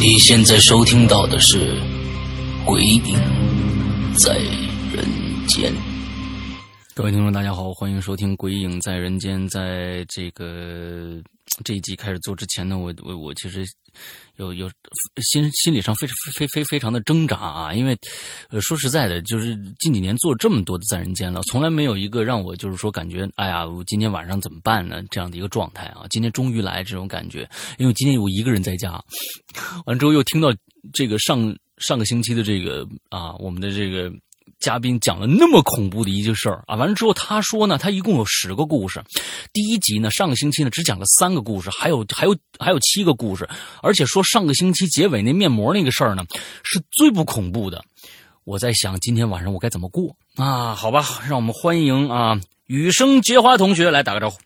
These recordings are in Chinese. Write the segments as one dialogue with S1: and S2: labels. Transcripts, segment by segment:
S1: 你现在收听到的是《鬼影在人间》。
S2: 各位听众，大家好，欢迎收听《鬼影在人间》。在这个这一集开始做之前呢，我我我其实有有心心理上非非非非常的挣扎啊，因为呃说实在的，就是近几年做这么多的在人间了，从来没有一个让我就是说感觉哎呀，我今天晚上怎么办呢这样的一个状态啊。今天终于来这种感觉，因为今天我一个人在家，完之后又听到这个上上个星期的这个啊，我们的这个。嘉宾讲了那么恐怖的一件事儿啊，完了之后他说呢，他一共有十个故事，第一集呢上个星期呢只讲了三个故事，还有还有还有七个故事，而且说上个星期结尾那面膜那个事儿呢是最不恐怖的。我在想今天晚上我该怎么过啊？好吧，让我们欢迎啊雨生结花同学来打个招呼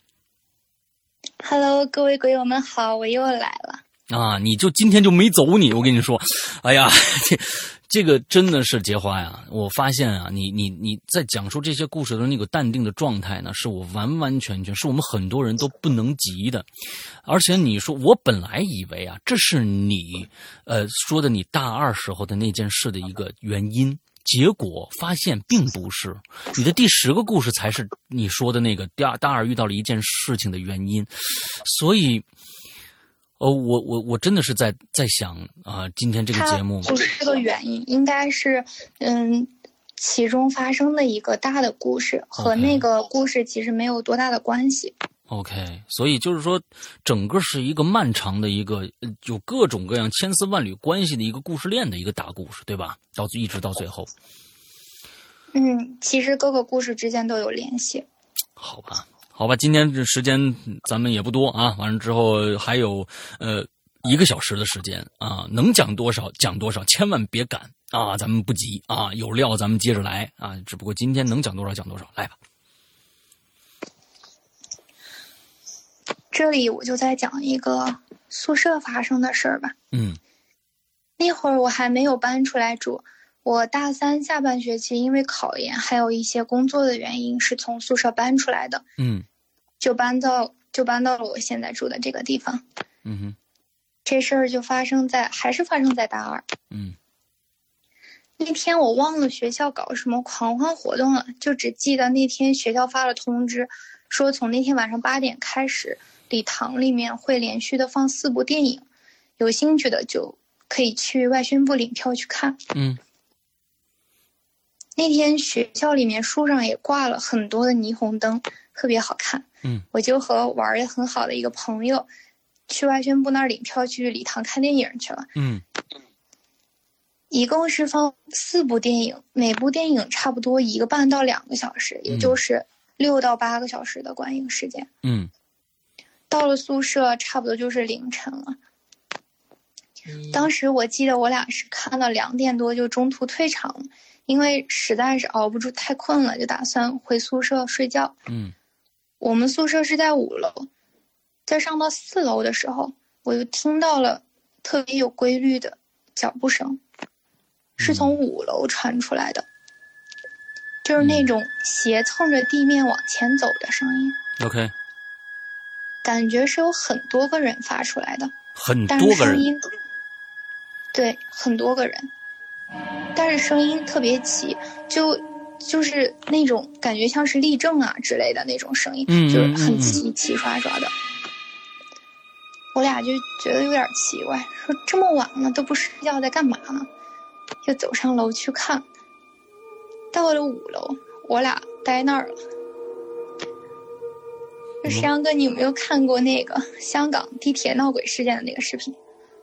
S3: Hello，各位鬼友们好，我又来了。
S2: 啊！你就今天就没走你，我跟你说，哎呀， 这这个真的是结花呀！我发现啊，你你你在讲述这些故事的那个淡定的状态呢，是我完完全全是我们很多人都不能及的。而且你说，我本来以为啊，这是你呃说的你大二时候的那件事的一个原因，结果发现并不是。你的第十个故事才是你说的那个第二大二遇到了一件事情的原因，所以。哦，我我我真的是在在想啊、今天这个
S3: 它
S2: 节目，
S3: 不是这个原因，应该是嗯，其中发生的一个大的故事和
S2: OK
S3: 那个故事其实没有多大的关系。
S2: OK，所以就是说，整个是一个漫长的一个呃有各种各样千丝万缕关系的一个故事链的一个大故事，对吧？到一直到最后，
S3: 嗯，其实各个故事之间都有联系。
S2: 好吧，好吧，今天这时间嗯咱们也不多啊，完了之后还有呃一个小时的时间啊，能讲多少讲多少，千万别赶啊，咱们不急啊，有料咱们接着来啊，只不过今天能讲多少讲多少，来吧。
S3: 这里我就再讲一个宿舍发生的事儿吧。
S2: 嗯
S3: 那会儿我还没有搬出来住，我大三下半学期因为考研还有一些工作的原因，是从宿舍搬出来的，
S2: 嗯
S3: 就搬到就搬到了我现在住的这个地方。
S2: 嗯哼
S3: 这事儿就发生在还是发生在大二
S2: 嗯
S3: 那天，我忘了学校搞什么狂欢活动了，就只记得那天学校发了通知，说从那天晚上八点开始，礼堂里面会连续的放四部电影，有兴趣的就可以去外宣部领票去看。
S2: 嗯
S3: 那天学校里面树上也挂了很多的霓虹灯，特别好看。
S2: 嗯，
S3: 我就和玩的很好的一个朋友，去外宣部那儿领票去礼堂看电影去了。
S2: 嗯
S3: 一共是放四部电影，每部电影差不多一个半到两个小时，也就是六到八个小时的观影时间。
S2: 嗯
S3: 到了宿舍，差不多就是凌晨了。当时我记得我俩是看到两点多就中途退场了，因为实在是熬不住，太困了，就打算回宿舍睡觉。
S2: 嗯
S3: 我们宿舍是在五楼，在上到四楼的时候，我就听到了特别有规律的脚步声，是
S2: 嗯
S3: 从五楼传出来的，就是
S2: 嗯
S3: 那种斜蹭着地面往前走的声音，
S2: ，OK，
S3: 感觉是有很多个人发出来的，
S2: 很
S3: 但是
S2: 多个
S3: 声
S2: 人，
S3: 音，对，很多个人，但是声音特别急，就就是那种感觉像是立正啊之类的那种声音，
S2: 嗯
S3: 就是
S2: 嗯嗯
S3: 很
S2: 嗯
S3: 齐齐刷刷的。我俩就觉得有点奇怪，说这么晚了都不睡觉在干嘛呢？就走上楼去看。到了五楼，我俩待那儿了。就
S2: 嗯
S3: 石阳哥，你有没有看过那个香港地铁闹鬼事件的那个视频？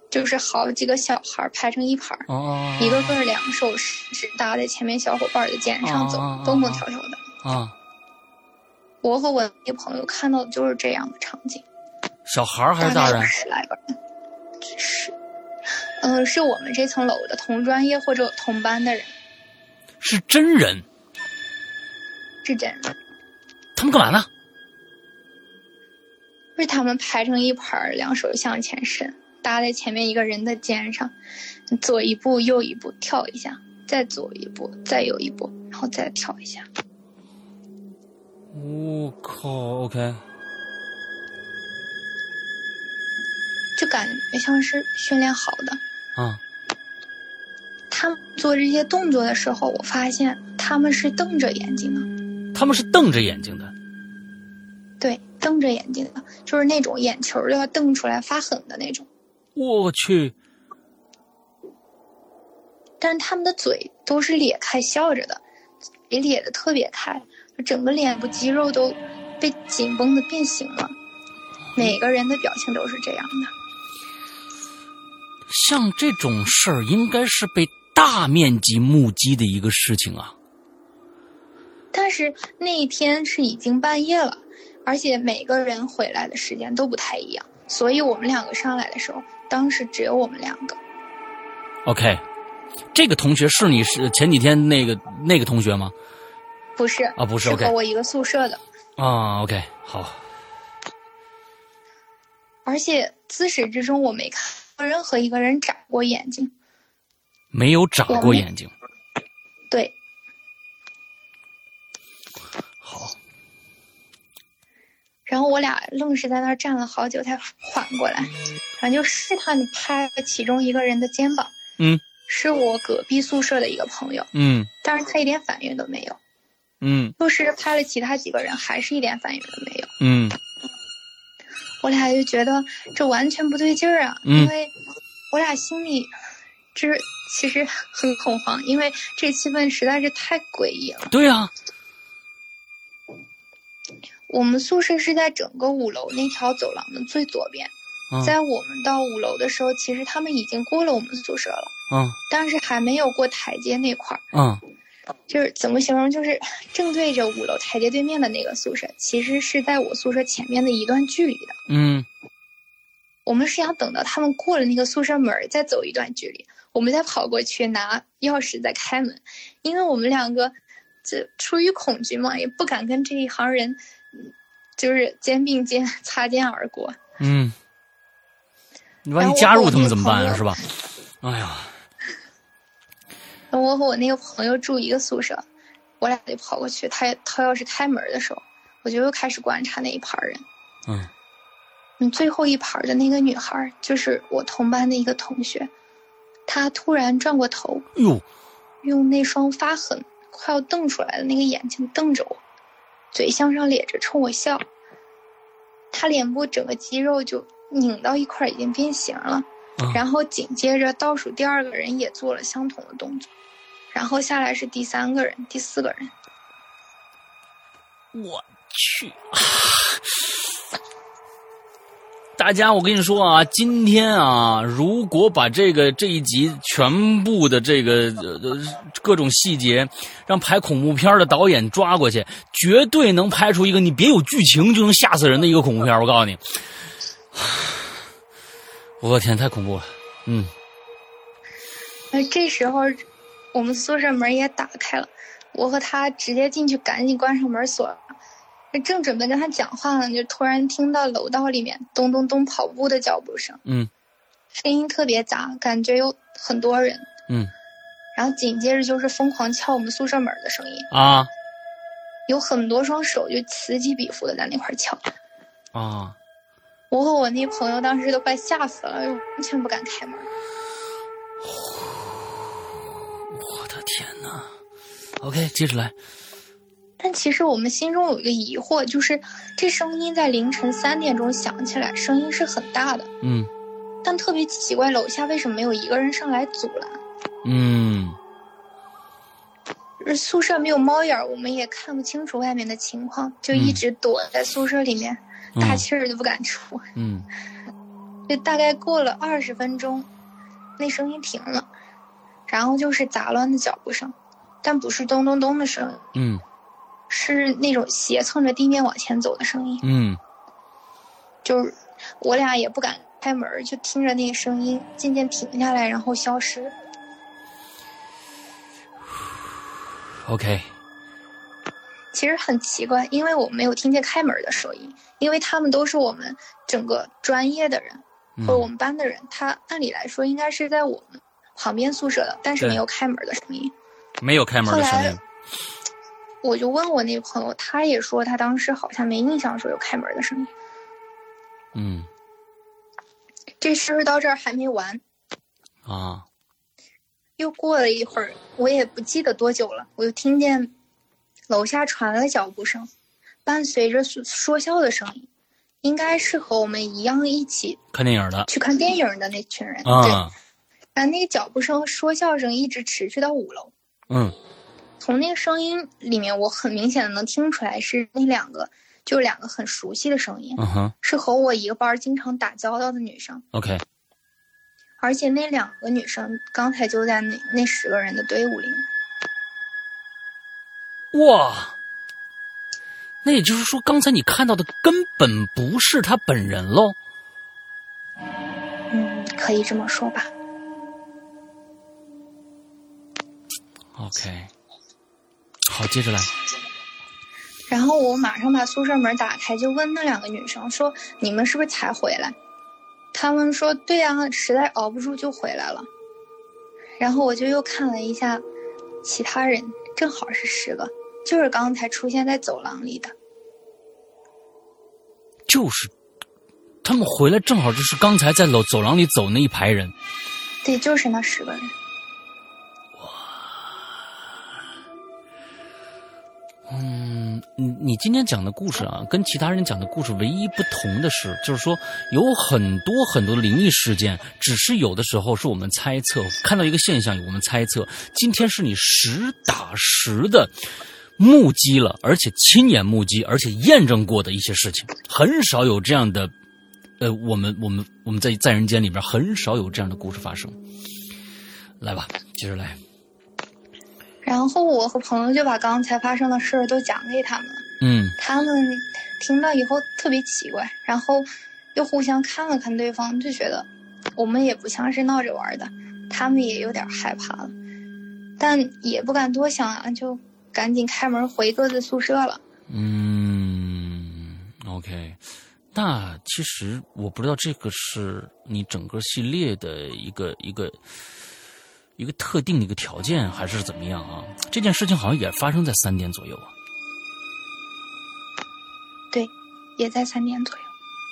S3: 就是好几个小孩排成一排，
S2: 哦，
S3: 一个个两手是搭在前面小伙伴的肩上走
S2: 啊啊啊，
S3: 蹦蹦跳跳的。
S2: 啊，
S3: 我和我那朋友看到的就是这样的场景，
S2: 哦小孩儿还是大
S3: 大概
S2: 人
S3: 有？十来个人，是，嗯、是我们这层楼的同专业或者同班的人，
S2: 是真人，
S3: 是真人，
S2: 他们干嘛呢？
S3: 就是他们排成一排儿，两手向前伸，搭在前面一个人的肩上，左一步右一步跳一下，再左一步再右一步，然后再跳一下。
S2: 我、靠，OK，
S3: 就感觉像是训练好的。
S2: 啊，
S3: 他们做这些动作的时候，我发现他们是瞪着眼睛的，
S2: 他们是瞪着眼睛的，
S3: 对，瞪着眼睛的，就是那种眼球儿都要瞪出来发狠的那种。
S2: 我去，
S3: 但是他们的嘴都是咧开笑着的，嘴咧的特别开，整个脸部肌肉都被紧绷的变形了。每个人的表情都是这样的。
S2: 像这种事儿应该是被大面积目击的一个事情啊，
S3: 但是那一天是已经半夜了，而且每个人回来的时间都不太一样，所以我们两个上来的时候，当时只有我们两个。
S2: OK，这个同学是你是前几天那个那个同学吗？
S3: 不是
S2: 啊不是
S3: 是
S2: OK
S3: 和我一个宿舍的，
S2: 啊，OK，好，
S3: 而且自始至终我没看过任何一个人眨过眼睛。
S2: 没有眨过眼睛，
S3: 对，
S2: 好，
S3: 然后我俩愣是在那儿站了好久才缓过来，然后就试探的拍了其中一个人的肩膀，
S2: 嗯
S3: 是我隔壁宿舍的一个朋友，
S2: 嗯
S3: 但是他一点反应都没有。
S2: 嗯
S3: 又试着拍了其他几个人，还是一点反应都没有。
S2: 嗯
S3: 我俩就觉得这完全不对劲儿啊，
S2: 嗯
S3: 因为我俩心里就是其实很恐慌，因为这气氛实在是太诡异了。
S2: 对啊，
S3: 我们宿舍是在整个五楼那条走廊的最左边，
S2: 啊
S3: 在我们到五楼的时候，其实他们已经过了我们宿舍了，
S2: 啊
S3: 但是还没有过台阶那块儿。
S2: 啊
S3: 就是怎么形容？就是正对着五楼台阶对面的那个宿舍，其实是在我宿舍前面的一段距离的。
S2: 嗯
S3: 我们是想等到他们过了那个宿舍门儿，再走一段距离，我们再跑过去拿钥匙再开门，因为我们两个这出于恐惧嘛，也不敢跟这一行人，嗯就是肩并肩 擦肩而过。
S2: 嗯，你万
S3: 然
S2: 一
S3: 后
S2: 加
S3: 我
S2: 入
S3: 和
S2: 他们怎么
S3: 我
S2: 办
S3: 朋
S2: 啊？
S3: 友
S2: 是吧？哎呀，
S3: 我和我那个朋友住一个宿舍，我俩就跑过去，他他要是开门的时候，我就又开始观察那一排人。
S2: 嗯
S3: 嗯，最后一排的那个女孩儿就是我同班的一个同学，她突然转过头，
S2: 哟，
S3: 用那双发狠、快要瞪出来的那个眼睛瞪着我，嘴向上咧着冲我笑。他脸部整个肌肉就拧到一块儿，已经变形了。
S2: 啊
S3: 然后紧接着倒数第二个人也做了相同的动作，然后下来是第三个人、第四个人。
S2: 我去！ 大家，我跟你说啊，今天啊，如果把这个这一集全部的这个呃呃各种细节，让拍恐怖片的导演抓过去，绝对能拍出一个你别有剧情就能吓死人的一个恐怖片。我告诉你， 我天，太恐怖了！嗯
S3: 而这时候，我们宿舍门也打开了，我和他直接进去，赶紧关上门锁了。正准备跟他讲话呢，就突然听到楼道里面咚咚咚跑步的脚步声。
S2: 嗯
S3: 声音特别杂，感觉有很多人。
S2: 嗯
S3: 然后紧接着就是疯狂敲我们宿舍门的声音，
S2: 啊
S3: 有很多双手就此起彼伏的在那块儿敲。
S2: 啊！
S3: 我和我那朋友当时都快吓死了，哎完全不敢开门。
S2: 我的天哪！OK，接着来。
S3: 但其实我们心中有一个疑惑，就是这声音在凌晨三点钟响起来，声音是很大的，
S2: 嗯
S3: 但特别奇怪，楼下为什么没有一个人上来阻拦？
S2: 嗯。
S3: 而宿舍没有猫眼儿，我们也看不清楚外面的情况，就一
S2: 嗯
S3: 直躲在宿舍里面，
S2: 嗯
S3: 大气儿都不敢出。
S2: 嗯
S3: 就大概过了二十分钟，那声音停了，然后就是杂乱的脚步声，但不是咚咚咚的声音，
S2: 嗯
S3: 是那种斜蹭着地面往前走的声音。
S2: 嗯
S3: 就是我俩也不敢开门，就听着那个声音渐渐停下来，然后消失。
S2: ，OK，
S3: 其实很奇怪，因为我没有听见开门的声音，因为他们都是我们整个专业的人
S2: 嗯
S3: 或者我们班的人，他按理来说应该是在我们旁边宿舍的，但是
S2: 对
S3: 没有开门的声音。
S2: 没有开门的声
S3: 后
S2: 音
S3: 来，我就问我那个朋友，他也说他当时好像没印象说有开门的声音。
S2: 嗯
S3: 这事儿到这儿还没完，
S2: 啊，
S3: 又过了一会儿，我也不记得多久了，我又听见楼下传来脚步声，伴随着说说笑的声音，应该是和我们一样一起
S2: 看电影的
S3: 去看电影的那群人。对，
S2: 啊，
S3: 然后那个脚步声、说笑声一直持续到五楼。
S2: 嗯
S3: 从那个声音里面，我很明显的能听出来是那两个，就两个很熟悉的声音，
S2: 嗯哼
S3: 是和我一个班儿经常打交道的女生，
S2: ，OK，
S3: 而且那两个女生刚才就在那那十个人的队伍里面。
S2: 哇，那也就是说，刚才你看到的根本不是他本人喽？
S3: 嗯，可以这么说吧。
S2: OK，好，接着来。
S3: 然后我马上把宿舍门打开，就问那两个女生说：“你们是不是才回来？”她们说：“对呀、实在熬不住就回来了。”然后我就又看了一下其他人，正好是十个，就是刚才出现在走廊里的。
S2: 就是他们回来正好就是刚才在走走廊里走那一排人。
S3: 对，就是那十个人。
S2: 嗯，你你今天讲的故事啊，跟其他人讲的故事唯一不同的是，就是说有很多很多的灵异事件，只是有的时候是我们猜测，看到一个现象，我们猜测。今天是你实打实的目击了，而且亲眼目击，而且验证过的一些事情，很少有这样的。呃，我们我们我们在在人间里边很少有这样的故事发生。来吧，接着来。
S3: 然后我和朋友就把刚才发生的事儿都讲给他们了。
S2: 嗯
S3: 他们听到以后特别奇怪，然后又互相看了看对方，就觉得我们也不像是闹着玩的，他们也有点害怕了，但也不敢多想啊，就赶紧开门回各自宿舍了。
S2: 嗯，OK，那其实我不知道这个是你整个系列的一个一个一个特定的一个条件，还是怎么样啊？这件事情好像也发生在三点左右啊。
S3: 对，也在三点左右。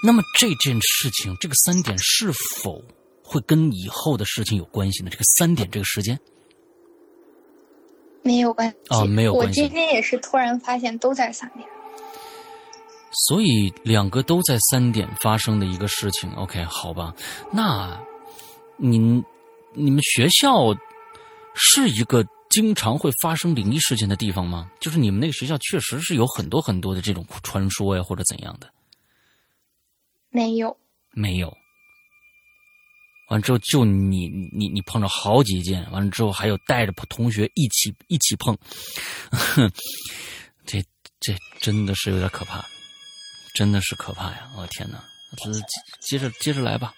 S2: 那么这件事情，这个三点是否会跟以后的事情有关系呢？这个三点这个时间，
S3: 没有关系
S2: 啊没有关
S3: 我
S2: 系
S3: 今天也是突然发现都在三点。
S2: 所以两个都在三点发生的一个事情。OK，好吧，那您你们学校是一个经常会发生灵异事件的地方吗？就是你们那个学校确实是有很多很多的这种传说呀，或者怎样的？
S3: 没有，
S2: 没有。完之后就你你你碰着好几件，完了之后还有带着同学一起一起碰， 这这真的是有点可怕，真的是可怕呀！我、天哪，这接着接着来吧，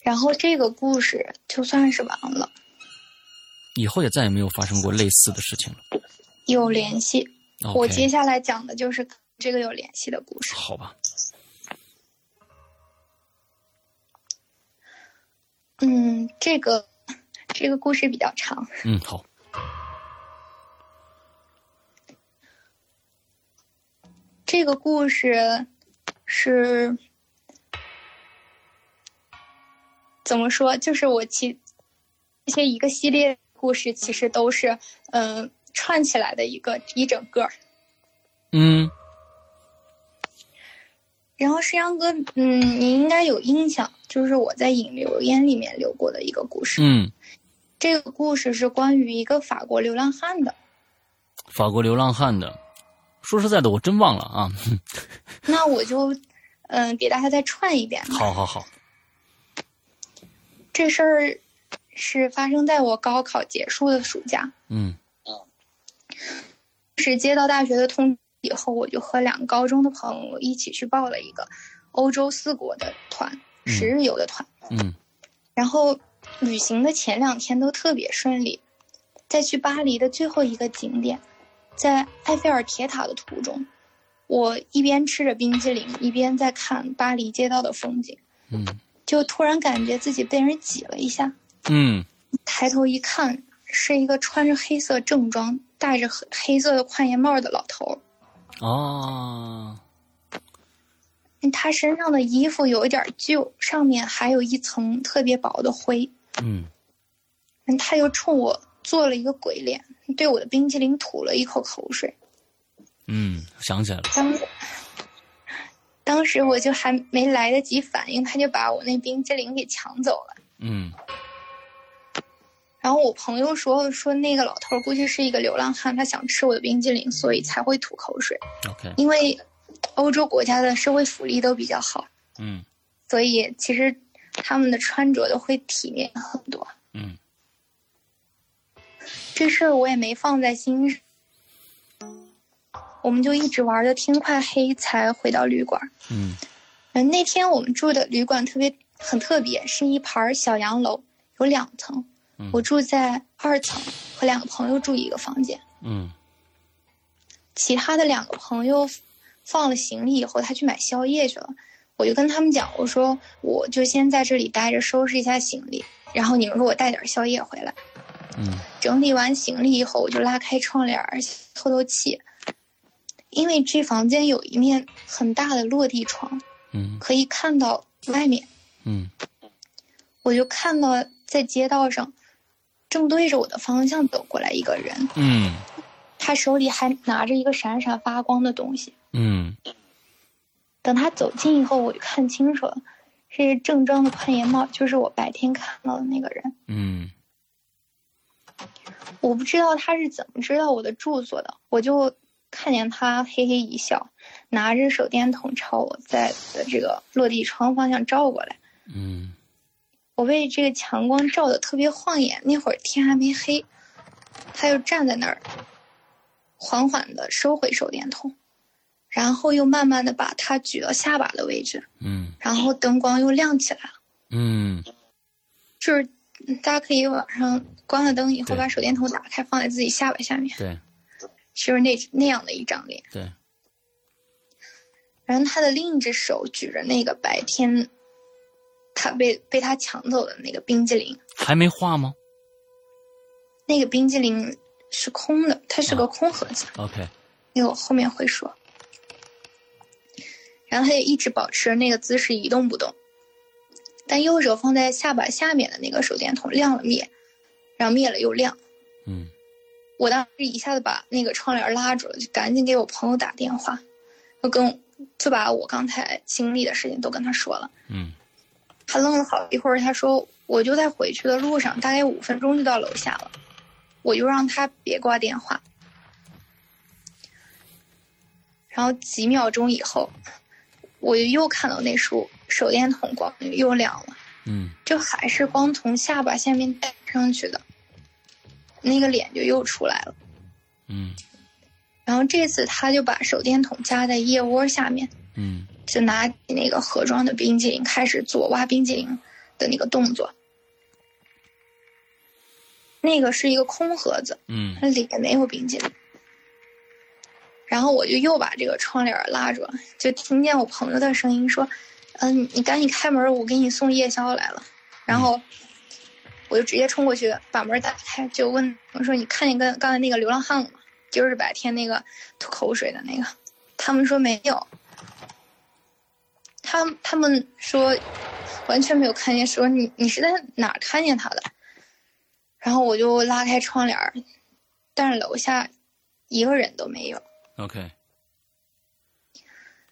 S3: 然后这个故事就算是完了，
S2: 以后也再也没有发生过类似的事情了。
S3: 有联系。
S2: OK，
S3: 我接下来讲的就是跟这个有联系的故事。
S2: 好吧，
S3: 嗯，这个这个故事比较长。
S2: 嗯，好，
S3: 这个故事是怎么说？就是我其这些一个系列故事，其实都是嗯、呃串起来的一个一整个儿。
S2: 嗯
S3: 然后石阳哥，嗯，你应该有印象，就是我在引流烟里面留过的一个故事。
S2: 嗯，
S3: 这个故事是关于一个法国流浪汉的。
S2: 法国流浪汉的，说实在的，我真忘了啊，
S3: 那我就，嗯，给大家再串一遍。
S2: 好好好，
S3: 这事儿是发生在我高考结束的暑假，
S2: 嗯
S3: 是接到大学的通知以后，我就和两个高中的朋友一起去报了一个欧洲四国的团，
S2: 嗯
S3: 十日游的团。
S2: 嗯
S3: 然后旅行的前两天都特别顺利，在去巴黎的最后一个景点，在埃菲尔铁塔的途中，我一边吃着冰激凌，一边在看巴黎街道的风景，
S2: 嗯
S3: 就突然感觉自己被人挤了一下，
S2: 嗯
S3: 抬头一看，是一个穿着黑色正装、戴着黑黑色的宽檐帽的老头儿。
S2: 哦，
S3: 嗯他身上的衣服有一点旧，上面还有一层特别薄的灰。
S2: 嗯
S3: 嗯他又冲我做了一个鬼脸，对我的冰淇淋吐了一口口水。
S2: 嗯，想起来了，
S3: 当时， 当时我就还没来得及反应，他就把我那冰激凌给抢走了。
S2: 嗯
S3: 然后我朋友说说那个老头儿估计是一个流浪汉，他想吃我的冰激凌，所以才会吐口水。
S2: ，OK，
S3: 因为欧洲国家的社会福利都比较好，
S2: 嗯
S3: 所以其实他们的穿着都会体面很多。
S2: 嗯
S3: 这事儿我也没放在心上，我们就一直玩到天快黑才回到旅馆。
S2: 嗯
S3: 嗯，那天我们住的旅馆特别很特别，是一盘儿小洋楼，有两层
S2: 嗯，
S3: 我住在二层，和两个朋友住一个房间。
S2: 嗯
S3: 其他的两个朋友放了行李以后，他去买宵夜去了。我就跟他们讲，我说我就先在这里待着，收拾一下行李，然后你们给我带点宵夜回来。
S2: 嗯
S3: 整理完行李以后，我就拉开窗帘儿透透气，因为这房间有一面很大的落地窗，
S2: 嗯
S3: 可以看到外面。
S2: 嗯
S3: 我就看到在街道上，正对着我的方向走过来一个人，
S2: 嗯
S3: 他手里还拿着一个闪闪发光的东西。
S2: 嗯
S3: 等他走近以后，我就看清楚了，是正装的宽檐帽，就是我白天看到的那个人。
S2: 嗯
S3: 我不知道他是怎么知道我的住所的，我就看见他嘿嘿一笑，拿着手电筒朝我在的这个落地窗方向照过来。
S2: 嗯
S3: 我被这个强光照得特别晃眼，那会儿天还没黑，他就站在那儿，缓缓地收回手电筒，然后又慢慢地把它举到下巴的位置，
S2: 嗯
S3: 然后灯光又亮起来了。
S2: 嗯
S3: 就是大家可以晚上关了灯以后，
S2: 对
S3: 把手电筒打开，放在自己下巴下面，
S2: 对
S3: 就是那那样的一张脸。
S2: 对，
S3: 然后他的另一只手举着那个白天他被被他抢走的那个冰激凌，
S2: 还没画吗
S3: 那个冰激凌是空的，它是个空盒子，
S2: ？OK，
S3: 那个我后面会说。然后他就一直保持那个姿势一动不动，但右手放在下巴下面的那个手电筒亮了灭，然后灭了又亮。
S2: 嗯
S3: 我当时一下子把那个窗帘拉住了，就赶紧给我朋友打电话，就跟我就把我刚才经历的事情都跟他说了。
S2: 嗯
S3: 他愣了好一会儿，他说：“我就在回去的路上，大概五分钟就到楼下了。”我就让他别挂电话。然后几秒钟以后，我又看到那束手电筒光又亮了，
S2: 嗯
S3: 就还是光从下巴下面带上去的，那个脸就又出来了。
S2: 嗯
S3: 然后这次他就把手电筒夹在腋窝下面，
S2: 嗯
S3: 就拿起那个盒装的冰激凌开始做挖冰激凌的那个动作。那个是一个空盒子，
S2: 嗯
S3: 它里面没有冰激凌。然后我就又把这个窗帘拉住，就听见我朋友的声音说：“嗯，你赶紧开门，我给你送夜宵来了。”然后我就直接冲过去把门打开，就问我说：“你看见跟刚才那个流浪汉了吗？就是白天那个吐口水的那个。”他们说没有，他他们说完全没有看见，说你你是在哪儿看见他的？然后我就拉开窗帘儿，但是楼下一个人都没有。
S2: ，OK，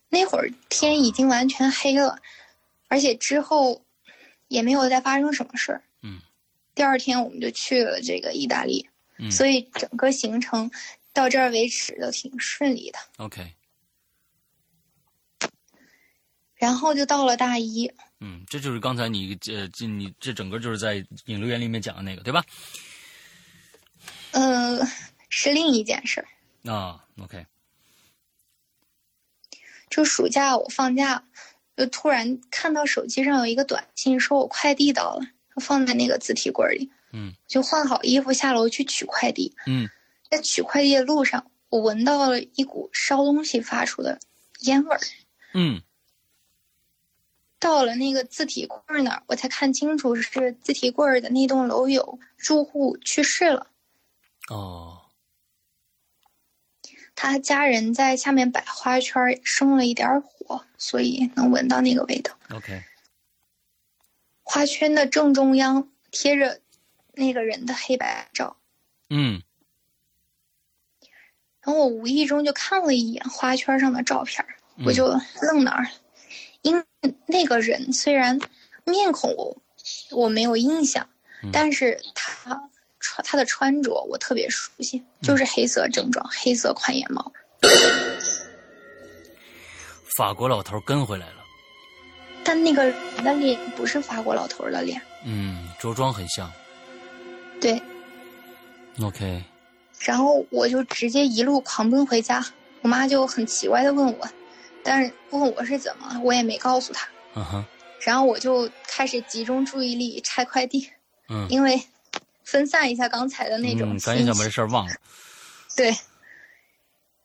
S3: 那会儿天已经完全黑了，而且之后也没有再发生什么事儿。
S2: 嗯，
S3: 第二天我们就去了这个意大利，
S2: 嗯
S3: 所以整个行程到这儿为止都挺顺利的。
S2: ，OK，
S3: 然后就到了大一，
S2: 嗯，这就是刚才你呃，这你这整个就是在引流员里面讲的那个，对吧？
S3: 嗯、是另一件事儿。
S2: 啊，OK，
S3: 就暑假我放假，就突然看到手机上有一个短信，说我快递到了，放在那个自提柜里。
S2: 嗯，
S3: 就换好衣服下楼去取快递。
S2: 嗯，
S3: 在取快递的路上，我闻到了一股烧东西发出的烟味儿。
S2: 嗯
S3: 到了那个字体柜儿那儿，我才看清楚是字体柜儿的那栋楼有住户去世了，
S2: 哦
S3: 他家人在下面摆花圈儿，生了一点儿火，所以能闻到那个味道。
S2: ，OK，
S3: 花圈的正中央贴着那个人的黑白照，
S2: 嗯
S3: 然后我无意中就看了一眼花圈上的照片儿，
S2: 嗯
S3: 我就愣那儿了，因为那个人虽然面孔我我没有印象
S2: 嗯，
S3: 但是他穿他的穿着我特别熟悉，
S2: 嗯
S3: 就是黑色正装、黑色宽檐帽，
S2: 法国老头跟回来了，
S3: 但那个人的脸不是法国老头儿的脸，
S2: 嗯，着装很像
S3: 对，
S2: ，OK，
S3: 然后我就直接一路狂奔回家，我妈就很奇怪的问我，但是问我是怎么了，我也没告诉她。
S2: 嗯哼，
S3: 然后我就开始集中注意力拆快递，
S2: 嗯，
S3: 因为分散一下刚才的那种
S2: 嗯，赶紧
S3: 信
S2: 想
S3: 息
S2: 把这事儿忘了，
S3: 对。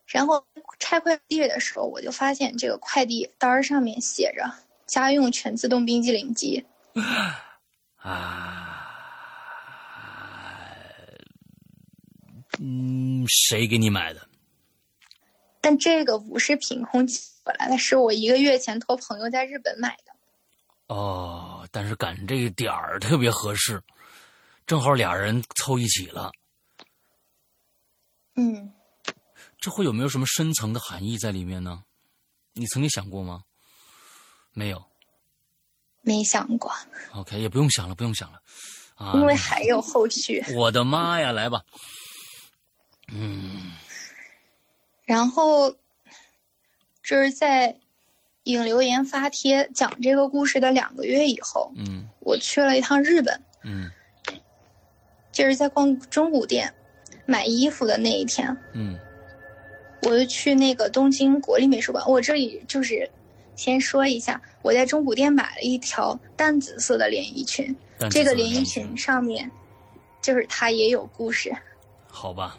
S3: 然后拆快递的时候，我就发现这个快递单儿上面写着“家用全自动冰激凌机
S2: 啊，嗯，谁给你买的？”，
S3: 但这个不是凭空寄过来的，是我一个月前托朋友在日本买的。
S2: 哦，但是赶这个点儿特别合适，正好俩人凑一起了，
S3: 嗯，
S2: 这会有没有什么深层的含义在里面呢？你曾经想过吗？没有
S3: 没想过，
S2: ，OK，也不用想了，不用想了，啊，
S3: 因为还有后续。
S2: 我的妈呀，来吧，
S3: 然后这是在引流言发帖讲这个故事的两个月以后，
S2: 嗯
S3: 我去了一趟日本，
S2: 嗯
S3: 就是在逛中古店买衣服的那一天，
S2: 嗯
S3: 我就去那个东京国立美术馆。我这里就是先说一下，我在中古店买了一条淡紫色的连衣裙，
S2: 但
S3: 这个
S2: 是
S3: 连衣裙上面就是它也有故事。
S2: 好吧，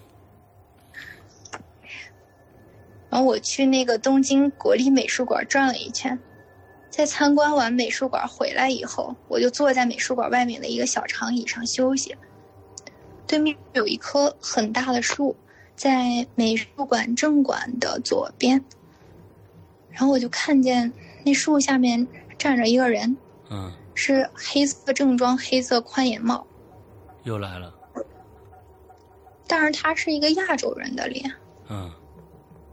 S3: 然后我去那个东京国立美术馆转了一圈，在参观完美术馆回来以后，我就坐在美术馆外面的一个小长椅上休息。对面有一棵很大的树，在美术馆正馆的左边。然后我就看见那树下面站着一个人，
S2: 嗯，
S3: 是黑色正装、黑色宽檐帽，
S2: 又来了，
S3: 但是他是一个亚洲人的脸。
S2: 嗯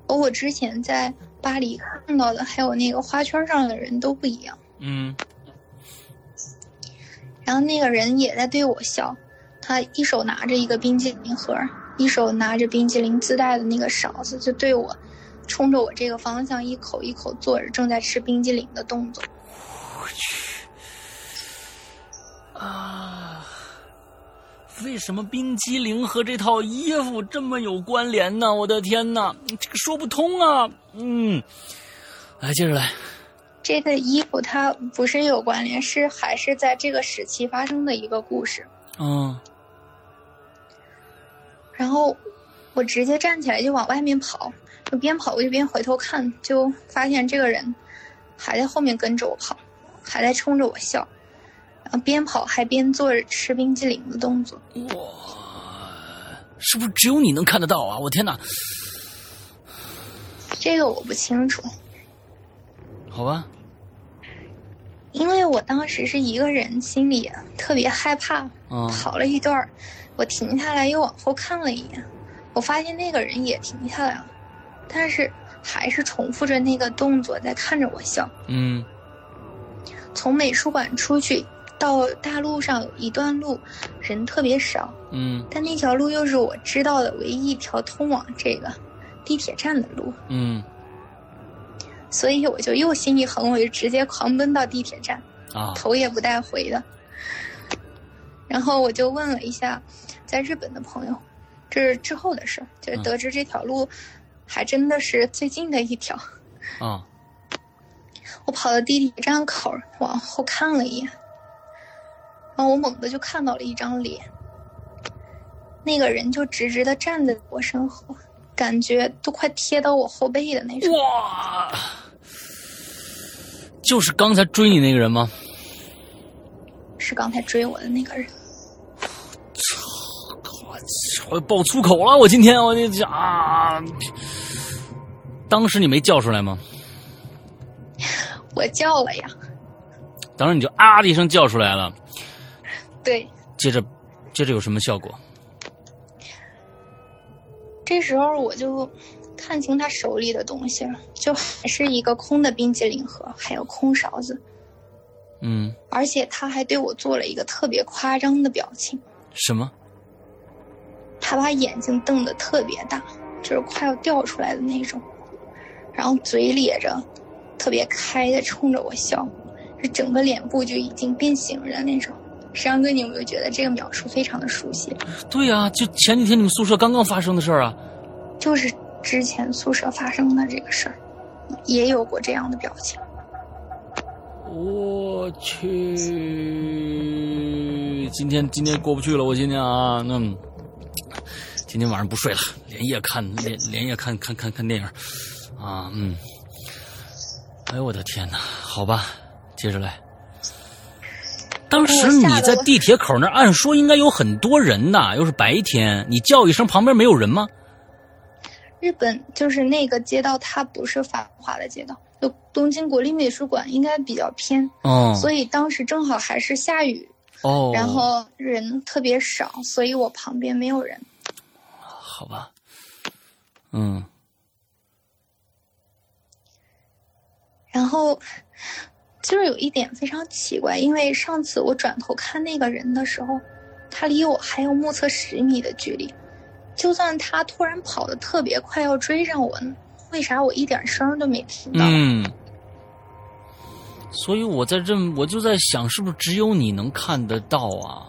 S3: 和我之前在巴黎看到的，还有那个花圈上的人都不一样。
S2: 嗯
S3: 然后那个人也在对我笑，他一手拿着一个冰激凌盒，一手拿着冰激凌自带的那个勺子，就对我，冲着我这个方向一口一口做着正在吃冰激凌的动作。
S2: 啊，为什么冰激凌和这套衣服这么有关联呢？我的天哪，这个说不通啊，嗯，来接着来，
S3: 这个衣服它不是有关联，是还是在这个时期发生的一个故事。
S2: 嗯
S3: 然后我直接站起来就往外面跑，就边跑我就边回头看，就发现这个人还在后面跟着我跑，还在冲着我笑，然后边跑还边做着吃冰激凌的动作。
S2: 哇，是不是只有你能看得到啊？我天哪！
S3: 这个我不清楚，
S2: 好吧，
S3: 因为我当时是一个人，心里特别害怕。
S2: 嗯
S3: 跑了一段儿，我停下来又往后看了一眼，我发现那个人也停下来了，但是还是重复着那个动作在看着我笑。
S2: 嗯
S3: 从美术馆出去到大路上有一段路，人特别少，
S2: 嗯
S3: 但那条路又是我知道的唯一一条通往这个地铁站的路。
S2: 嗯
S3: 所以我就又心一横，我就直接狂奔到地铁站，
S2: 啊，
S3: 头也不带回的。然后我就问了一下在日本的朋友，这是之后的事儿，就是
S2: 嗯
S3: 得知这条路还真的是最近的一条。
S2: 啊，
S3: 我跑到地铁站口儿往后看了一眼，然后我猛地就看到了一张脸，那个人就直直的站在我身后，感觉都快贴到我后背的那种。
S2: 哇，就是刚才追你那个人吗？
S3: 是刚才追我的那个人。
S2: 我爆粗口了！我今天我就讲啊，当时你没叫出来吗？
S3: 我叫了呀，
S2: 当时你就啊的一声叫出来了，
S3: 对，
S2: 接着接着有什么效果？
S3: 这时候我就看清他手里的东西了，就还是一个空的冰激凌盒，还有空勺子，
S2: 嗯，
S3: 而且他还对我做了一个特别夸张的表情，
S2: 什么？
S3: 他把眼睛瞪得特别大，就是快要掉出来的那种，然后嘴咧着，特别开的冲着我笑，这整个脸部就已经变形了那种。石阳哥，你有没有觉得这个描述非常的熟悉？
S2: 对呀、就前几天你们宿舍刚刚发生的事儿啊。
S3: 就是之前宿舍发生的这个事儿，也有过这样的表情。
S2: 我去，今天今天过不去了，我今天啊，那、嗯今天晚上不睡了，连夜看连连夜看看看看电影，啊，嗯，哎呦我的天哪，好吧，接着来。当时你在地铁口那儿，按说应该有很多人呐，又是白天，你叫一声，旁边没有人吗？
S3: 日本就是那个街道，它不是繁华的街道，就东京国立美术馆应该比较偏，
S2: 哦
S3: 所以当时正好还是下雨，
S2: 哦，
S3: 然后人特别少，所以我旁边没有人。
S2: 好吧，嗯
S3: 然后就是有一点非常奇怪，因为上次我转头看那个人的时候，他离我还有目测十米的距离，就算他突然跑得特别快要追上我呢，为啥我一点声儿都没听到？
S2: 嗯，所以我在认，我就在想，是不是只有你能看得到啊？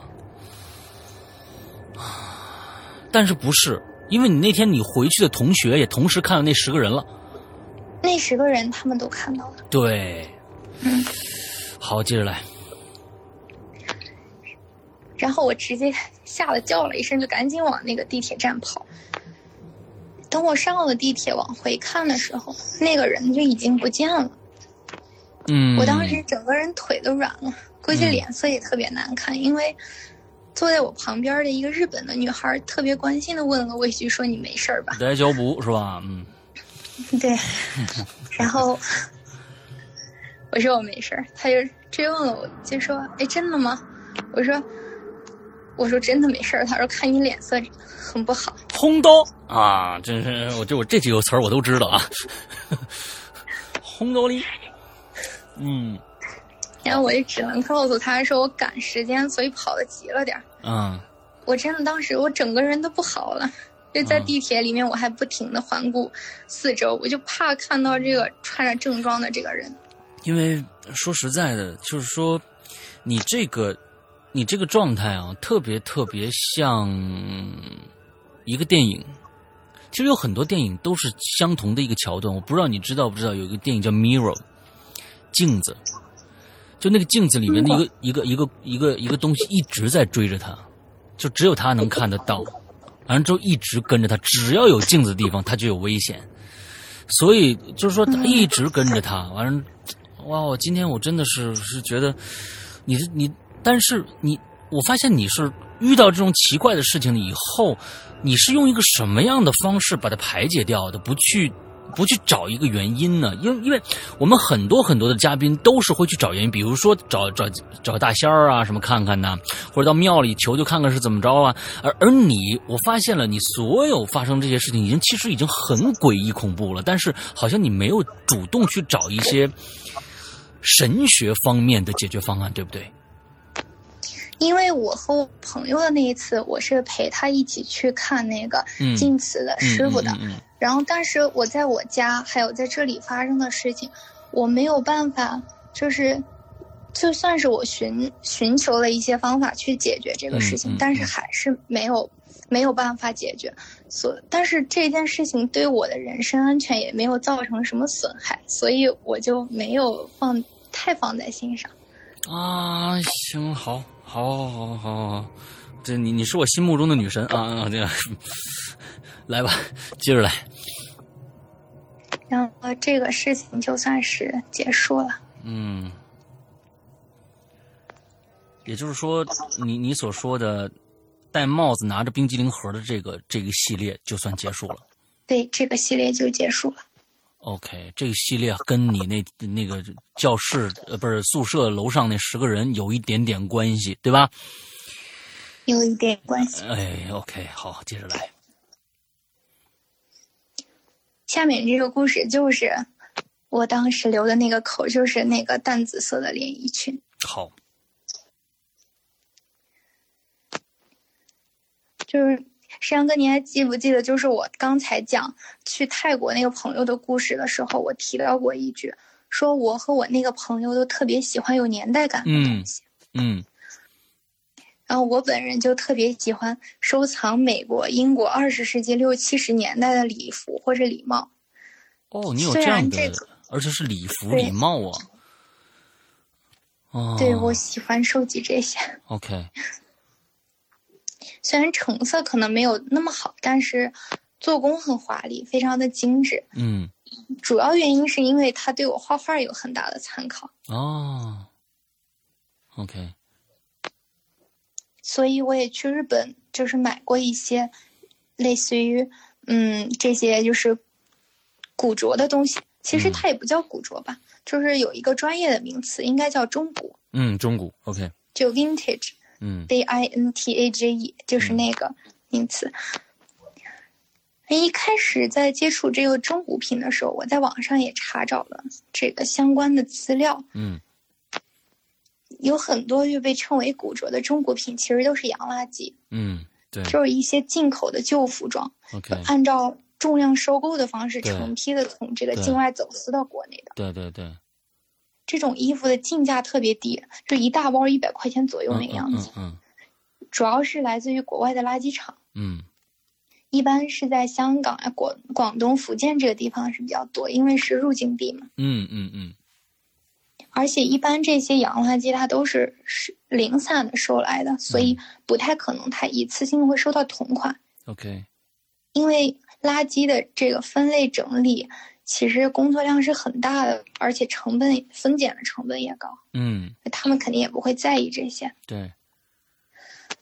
S2: 但是不是？因为你那天你回去的同学也同时看到那十个人了。
S3: 那十个人他们都看到了。
S2: 对，
S3: 嗯
S2: 好，接着来。
S3: 然后我直接 吓得叫了一声，就赶紧往那个地铁站跑。等我上了地铁往回看的时候，那个人就已经不见了。
S2: 嗯，
S3: 我当时整个人腿都软了，估计
S2: 嗯
S3: 脸色也特别难看，因为坐在我旁边的一个日本的女孩特别关心的问了我一句：“说你没事儿 吧
S2: 来交补是吧？嗯，？”
S3: 对， 然后我说我没事儿，她就追问了我，就说：“哎，真的吗？”我说：“我说真的没事儿。”她说：“看你脸色很不好。
S2: 轰刀啊，真是我这我这几个词儿我都知道啊。 轰刀力，嗯”
S3: 然后我就只能告诉她说：“我赶时间，所以跑得急了点儿。”
S2: 嗯
S3: 我真的当时我整个人都不好了，就在
S2: 嗯
S3: 地铁里面，我还不停的环顾四周，我就怕看到这个穿着正装的这个人。
S2: 因为说实在的，就是说，你这个，你这个状态啊，特别特别像一个电影。其实有很多电影都是相同的一个桥段，我不知道你知道不知道，有一个电影叫《Mirror》，镜子，就那个镜子里面的一个一个一个一个一个东西一直在追着他，就只有他能看得到，完了之后一直跟着他，只要有镜子的地方，他就有危险。所以就是说，他一直跟着他，完了，哇！我今天我真的是是觉得你是你，但是你，我发现你是遇到这种奇怪的事情以后，你是用一个什么样的方式把它排解掉的？不去不去找一个原因呢？因为因为我们很多很多的嘉宾都是会去找原因，比如说找找找大仙儿啊什么看看呐、或者到庙里求求看看是怎么着啊。而而你，我发现了，你所有发生这些事情，已经其实已经很诡异恐怖了，但是好像你没有主动去找一些神学方面的解决方案，对不对？
S3: 因为我和我朋友的那一次，我是陪他一起去看那个
S2: 嗯
S3: 晋祠的师傅的，
S2: 嗯嗯
S3: 然后，但是我在我家还有在这里发生的事情，我没有办法，就是就算是我寻寻求了一些方法去解决这个事情，
S2: 嗯嗯
S3: 但是还是没有没有办法解决。所，但是这件事情对我的人身安全也没有造成什么损害，所以我就没有放太放在心上。
S2: 啊，行，好，好，好，好，好，好，这你你是我心目中的女神啊啊！这个，来吧，接着来。
S3: 然后这个事情就算是结束了。
S2: 嗯，也就是说，你你所说的戴帽子拿着冰激凌盒的这个这个系列就算结束了。
S3: 对，这个系列就结束了。
S2: OK，这个系列跟你那那个教室呃不是宿舍楼上那十个人有一点点关系，对吧？
S3: 有一点关系。
S2: 哎，OK，好，接着来。
S3: 下面这个故事就是我当时留的那个口，就是那个淡紫色的连衣裙。
S2: 好，
S3: 就是山哥，您还记不记得，就是我刚才讲去泰国那个朋友的故事的时候，我提到过一句，说我和我那个朋友都特别喜欢有年代感的东西。
S2: 嗯
S3: 然后我本人就特别喜欢收藏美国、英国二十世纪六七十年代的礼服或者礼帽。
S2: 哦，你有
S3: 虽
S2: 样
S3: 然
S2: 的，
S3: 这个
S2: 而且是礼服
S3: 对
S2: 礼帽啊。哦，
S3: 对我喜欢收集这些。
S2: OK，
S3: 虽然成色可能没有那么好，但是做工很华丽，非常的精致。
S2: 嗯，
S3: 主要原因是因为它对我画画有很大的参考，
S2: 哦，OK，
S3: 所以我也去日本就是买过一些类似于嗯这些就是古着的东西。其实
S2: 嗯
S3: 它也不叫古着吧，就是有一个专业的名词，应该叫中古，
S2: 嗯，中古，OK，
S3: 就 vintage。
S2: 嗯
S3: V I N T A G E，就是那个名词。哎一开始在接触这个中古品的时候，我在网上也查找了这个相关的资料，
S2: 嗯
S3: 有很多就被称为古着的中古品，其实都是洋垃圾，
S2: 嗯，对
S3: 就是一些进口的旧服装，
S2: ，OK，
S3: 按照重量收购的方式
S2: 对
S3: 成批的从这个
S2: 对
S3: 境外走私到国内的。
S2: 对对对，
S3: 这种衣服的进价特别低，就一大包一百块钱左右
S2: 嗯
S3: 那个样子，
S2: 嗯
S3: 主要是来自于国外的垃圾场。
S2: 嗯
S3: 一般是在香港啊、广广东、福建这个地方是比较多，因为是入境地嘛。
S2: 嗯嗯嗯
S3: 而且一般这些洋垃圾它都是是零散的收来的，所以不太可能它一次性会收到同款，
S2: ，OK，
S3: 因为垃圾的这个分类整理其实工作量是很大的，而且成本分拣的成本也高，
S2: 嗯，
S3: 他们肯定也不会在意这些。
S2: 对，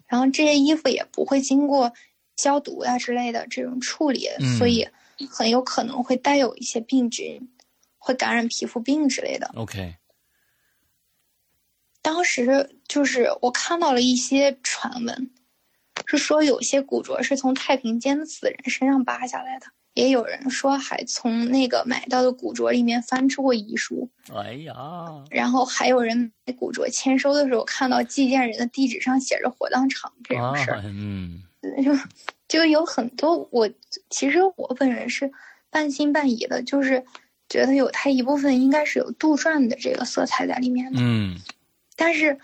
S3: 然后这些衣服也不会经过消毒呀、之类的这种处理，
S2: 嗯
S3: 所以很有可能会带有一些病菌，会感染皮肤病之类的。
S2: ，OK，
S3: 当时就是我看到了一些传闻，是说有些古着是从太平间的死人身上扒下来的，也有人说还从那个买到的古着里面翻出过遗书，
S2: 哎呀，
S3: 然后还有人买古着签收的时候看到寄件人的地址上写着火葬场这种
S2: 啊
S3: 事儿。，
S2: 嗯
S3: 就就有很多我其实我本人是半信半疑的，就是觉得有它一部分应该是有杜撰的这个色彩在里面的。
S2: 嗯
S3: 但是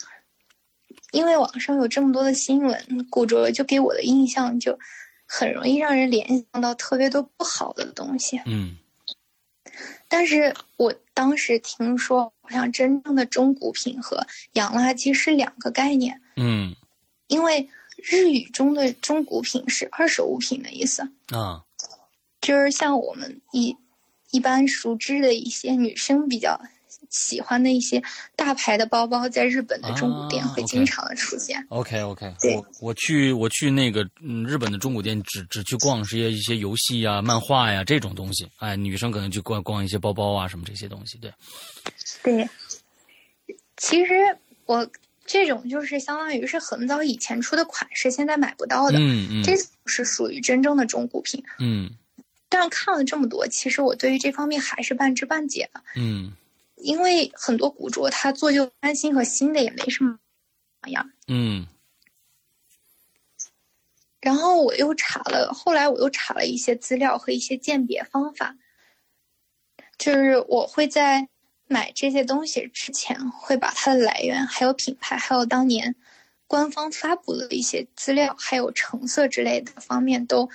S3: 因为网上有这么多的新闻，古着就给我的印象就很容易让人联想到特别多不好的东西。
S2: 嗯
S3: 但是我当时听说，好像真正的中古品和洋垃圾是两个概念，
S2: 嗯
S3: 因为日语中的中古品是二手物品的意思。
S2: 啊，
S3: 就是像我们一一般熟知的一些女生比较喜欢的一些大牌的包包，在日本的中古店
S2: 啊
S3: 会
S2: ，OK
S3: 经常的出现。
S2: OK OK，
S3: 对
S2: 我我去我去那个嗯日本的中古店只，只去逛是一些游戏呀、漫画呀这种东西。哎，女生可能去逛逛一些包包啊什么这些东西。对，
S3: 对，其实我这种就是相当于是很早以前出的款式，现在买不到的，
S2: 嗯嗯
S3: 这种是属于真正的中古品。
S2: 嗯
S3: 但看了这么多，其实我对于这方面还是半知半解的，
S2: 嗯
S3: 因为很多古着它做旧翻新和新的也没什么两样。
S2: 嗯
S3: 然后我又查了，后来我又查了一些资料和一些鉴别方法，就是我会在买这些东西之前，会把它的来源、还有品牌、还有当年官方发布的一些资料，还有成色之类的方面都，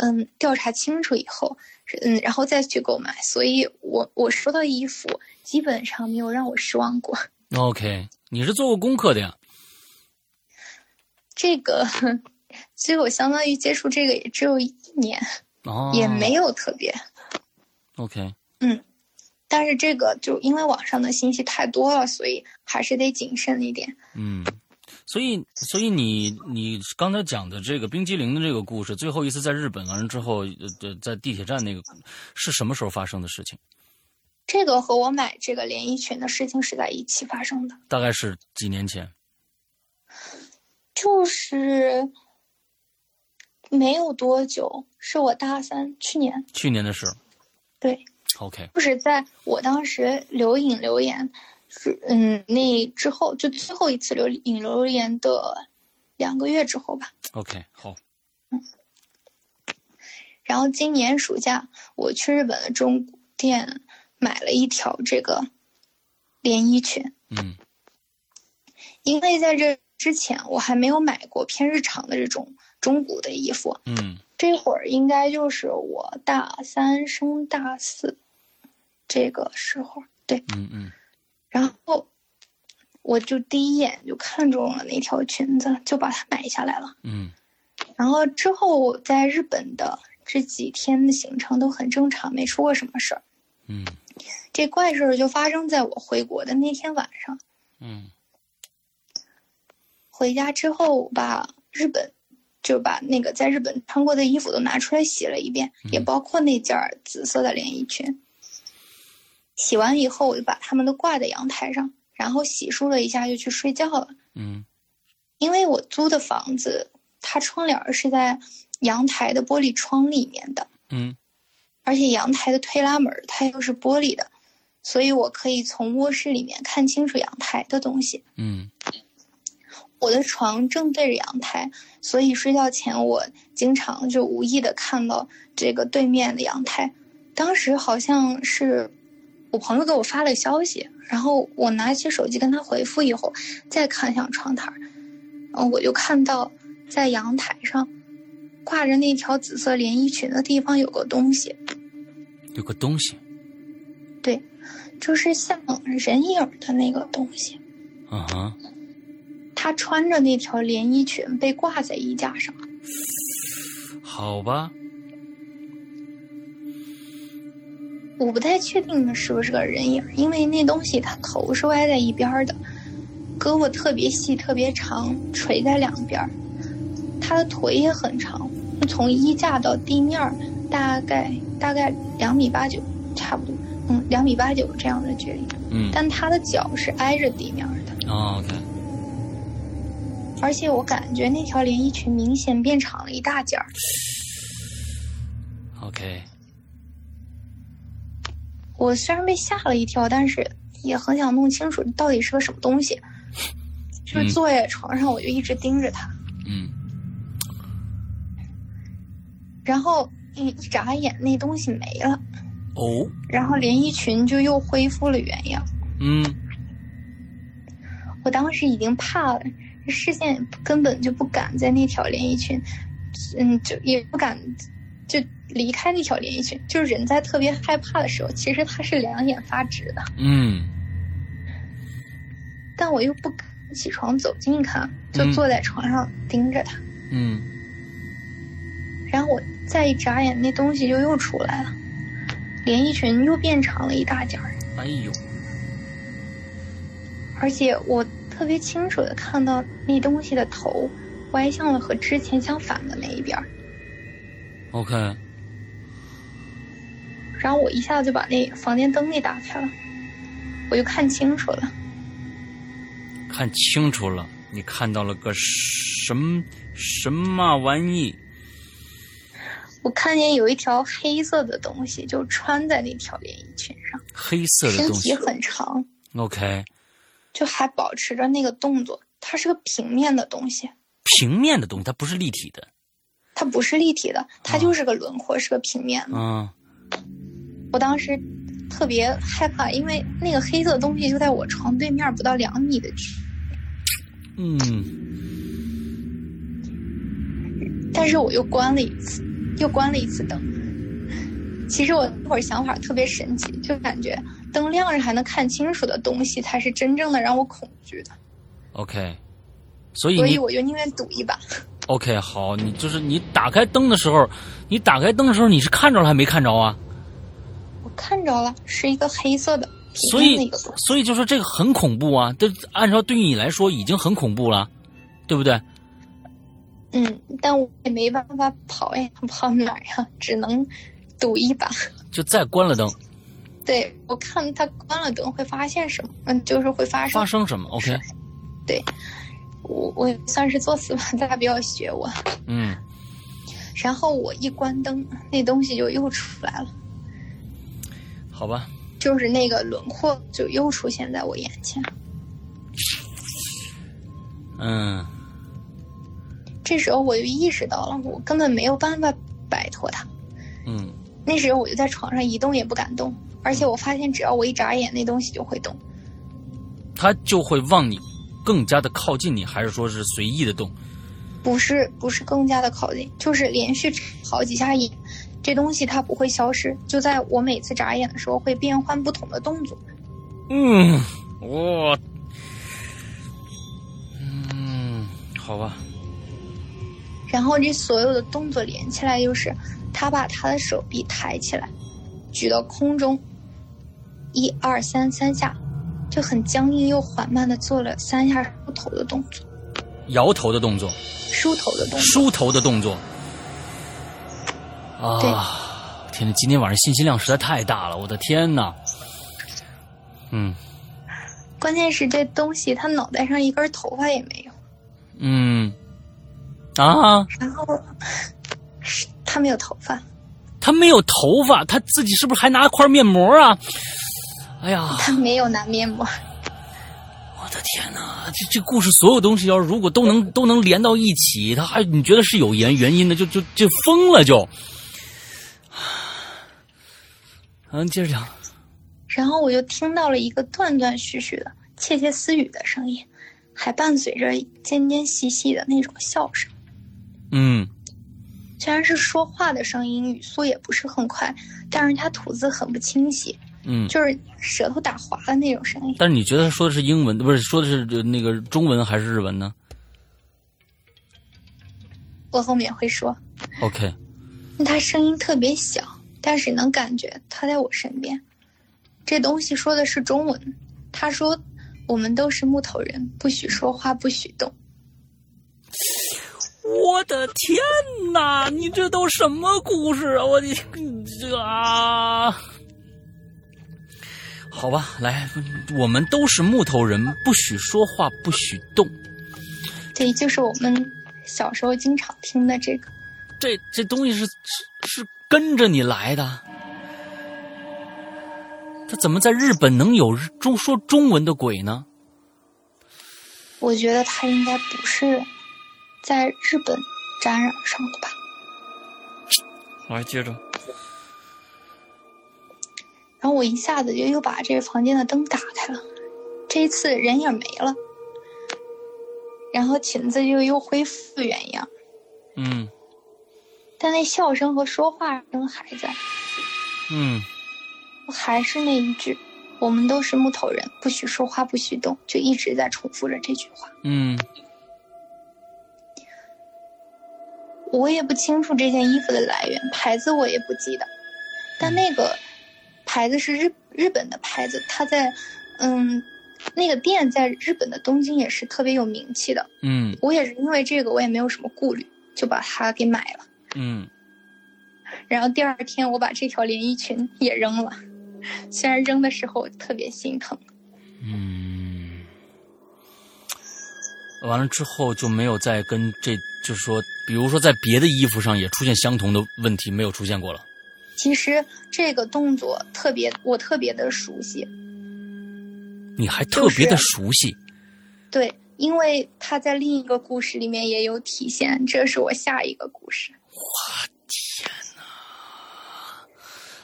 S3: 嗯，调查清楚以后，嗯，然后再去购买。所以我我收到衣服基本上没有让我失望过。
S2: OK，你是做过功课的呀？
S3: 这个， 所以我相当于接触这个也只有一年，
S2: 哦，
S3: 也没有特别。
S2: OK，
S3: 嗯，但是这个就因为网上的信息太多了，所以还是得谨慎一点。
S2: 嗯，所以所以你你刚才讲的这个冰激凌的这个故事，最后一次在日本完了之后，呃，在地铁站那个是什么时候发生的事情？
S3: 这个和我买这个连衣裙的事情是在一起发生的，
S2: 大概是几年前？
S3: 就是没有多久，是我大三去年，
S2: 去年的事。
S3: 对，
S2: OK，
S3: 就是在我当时留影留言，是嗯，那之后就最后一次留影留言的两个月之后吧。
S2: OK，好，
S3: 然后今年暑假我去日本的中古店买了一条这个连衣裙，
S2: 嗯
S3: 因为在这之前我还没有买过偏日常的这种中古的衣服。
S2: 嗯
S3: 这会儿应该就是我大三升大四这个时候，对。
S2: 嗯嗯
S3: 然后我就第一眼就看中了那条裙子，就把它买下来了。
S2: 嗯
S3: 然后之后我在日本的这几天的行程都很正常，没出过什么事儿。
S2: 嗯
S3: 这怪事儿就发生在我回国的那天晚上。
S2: 嗯
S3: 回家之后，我把日本就把那个在日本穿过的衣服都拿出来洗了一遍，也包括那件儿紫色的连衣裙。洗完以后，我就把它们都挂在阳台上，然后洗漱了一下就去睡觉了。
S2: 嗯
S3: 因为我租的房子，它窗帘儿是在阳台的玻璃窗里面的，
S2: 嗯
S3: 而且阳台的推拉门儿它又是玻璃的，所以我可以从卧室里面看清楚阳台的东西。
S2: 嗯
S3: 我的床正对着阳台，所以睡觉前我经常就无意的看到这个对面的阳台。当时好像是我朋友给我发了消息，然后我拿起手机跟他回复以后，再看向窗台儿，嗯，我就看到在阳台上挂着那条紫色连衣裙的地方有个东西，
S2: 有个东西
S3: 对，就是像人影儿的那个东西。
S2: 啊哈，
S3: 他穿着那条连衣裙被挂在衣架上。
S2: 好吧，
S3: 我不太确定那是不是个人影，因为那东西它头是歪在一边儿的，胳膊特别细、特别长，垂在两边儿。它的腿也很长，从衣架到地面儿大概大概两米八九，差不多，嗯，两米八九这样的距离。
S2: 嗯
S3: 但它的脚是挨着地面儿的，
S2: 啊 OK，
S3: 而且我感觉那条连衣裙明显变长了一大截儿。
S2: OK，
S3: 我虽然被吓了一跳，但是也很想弄清楚到底是个什么东西。就是坐在床上，我就一直盯着它，
S2: 嗯
S3: 然后一一眨眼那东西没了，
S2: 哦，
S3: 然后连衣裙就又恢复了原样。
S2: 嗯
S3: 我当时已经怕了，视线根本就不敢在那条连衣裙，嗯，就也不敢就离开那条连衣裙。就是人在特别害怕的时候，其实他是两眼发直的，
S2: 嗯
S3: 但我又不敢起床走近看，就
S2: 嗯
S3: 坐在床上盯着它。
S2: 嗯
S3: 然后我再一眨眼，那东西就又出来了，连衣裙又变长了一大截儿，
S2: 哎呦，
S3: 而且我特别清楚的看到那东西的头歪向了和之前相反的那一边儿，
S2: OK，
S3: 然后我一下就把那房间灯给打开了，我就看清楚了，
S2: 看清楚了，你看到了个什么什么玩意？
S3: 我看见有一条黑色的东西就穿在那条连衣裙上，
S2: 黑色的
S3: 身
S2: 东
S3: 体
S2: 西。
S3: 很长，
S2: OK，
S3: 就还保持着那个动作，它是个平面的东西，
S2: 平面的东西，它不是立体的。
S3: 它不是立体的，
S2: 啊
S3: 它就是个轮廓，是个平面的。
S2: 嗯
S3: 我当时特别害怕，因为那个黑色的东西就在我床对面不到两米的距离，
S2: 嗯
S3: 但是我又关了一次，又关了一次灯。其实我那会儿想法特别神奇，就感觉灯亮着还能看清楚的东西才是真正的让我恐惧的，
S2: ，OK。所以
S3: 所
S2: 你
S3: 以我就宁愿赌一把。
S2: OK 好，你就是你打开灯的时候，你打开灯的时候你是看着了还没看着啊？
S3: 我看着了，是一个黑色的平
S2: 所
S3: 面的
S2: 以
S3: 一个东西，
S2: 所以就说这个很恐怖啊，这按照对你来说已经很恐怖了，对不对？
S3: 嗯，但我也没办法跑呀，跑哪儿呀？只能赌一把。
S2: 就再关了灯，
S3: 对我看它关了灯会发现什么，嗯，就是会发生
S2: 发生什么？OK，
S3: 我我也算是作死吧， 大家不要学我。
S2: 嗯
S3: 然后我一关灯，那东西就又出来了，
S2: 好吧，
S3: 就是那个轮廓就又出现在我眼前。
S2: 嗯
S3: 这时候我就意识到了，我根本没有办法摆脱它。
S2: 嗯
S3: 那时候我就在床上一动也不敢动，而且我发现只要我一眨眼，那东西就会动。
S2: 它就会往你更加的靠近你，还是说是随意的动？
S3: 不是不是更加的靠近，就是连续眨好几下眼，这东西它不会消失，就在我每次眨眼的时候会变换不同的动作。
S2: 嗯，我，嗯，好吧，
S3: 然后这所有的动作连起来就是，他把他的手臂抬起来，举到空中，一二三三下，就很僵硬又缓慢的做了三下梳头的动作，
S2: 摇头的动作，
S3: 梳头的动作。
S2: 梳头的动作。啊，天哪！今天晚上信息量实在太大了，我的天哪！嗯
S3: 关键是这东西他脑袋上一根头发也没有，
S2: 嗯，啊，
S3: 然后是他没有头发，
S2: 他没有头发，他自己是不是还拿块面膜啊？哎呀，
S3: 他没有拿面膜。
S2: 我的天哪！这这故事所有东西要是如果都能都能连到一起，他还你觉得是有原原因的，就就就疯了就。嗯，接着讲。
S3: 然后我就听到了一个断断续续的窃窃私语的声音，还伴随着尖尖细细的那种笑声。
S2: 嗯
S3: 虽然是说话的声音，语速也不是很快，但是他吐字很不清晰，
S2: 嗯，
S3: 就是舌头打滑的那种声音。
S2: 但是你觉得他说的是英文，不是说的是呃那个中文还是日文呢
S3: 我后面会说，
S2: ？OK，
S3: 他声音特别小，但是能感觉他在我身边。这东西说的是中文，他说：“我们都是木头人，不许说话，不许动。
S2: 我的天哪！你这都什么故事啊？我的这啊，好吧，来，我们都是木头人，不许说话，不许动。”
S3: 对，就是我们小时候经常听的这个。
S2: 这这东西是是是跟着你来的，他怎么在日本能有日中说中文的鬼呢？
S3: 我觉得他应该不是在日本沾染上的吧。
S2: 我还接着，
S3: 然后我一下子就又把这房间的灯打开了，这一次人影没了，然后裙子就又恢复原样，
S2: 嗯
S3: 但那笑声和说话声还在，
S2: 嗯
S3: 还是那一句：“我们都是木头人，不许说话，不许动。”就一直在重复着这句话。
S2: 嗯
S3: 我也不清楚这件衣服的来源，牌子我也不记得，但那个牌子是日日本的牌子，它在嗯那个店在日本的东京也是特别有名气的。
S2: 嗯
S3: 我也是因为这个，我也没有什么顾虑，就把它给买了。
S2: 嗯，
S3: 然后第二天，我把这条连衣裙也扔了，虽然扔的时候我特别心疼。
S2: 嗯，完了之后就没有再跟这，就是说，比如说在别的衣服上也出现相同的问题，没有出现过了。
S3: 其实这个动作特别，我特别的熟悉，
S2: 你还特别的熟悉，
S3: 对，因为它在另一个故事里面也有体现，这是我下一个故事。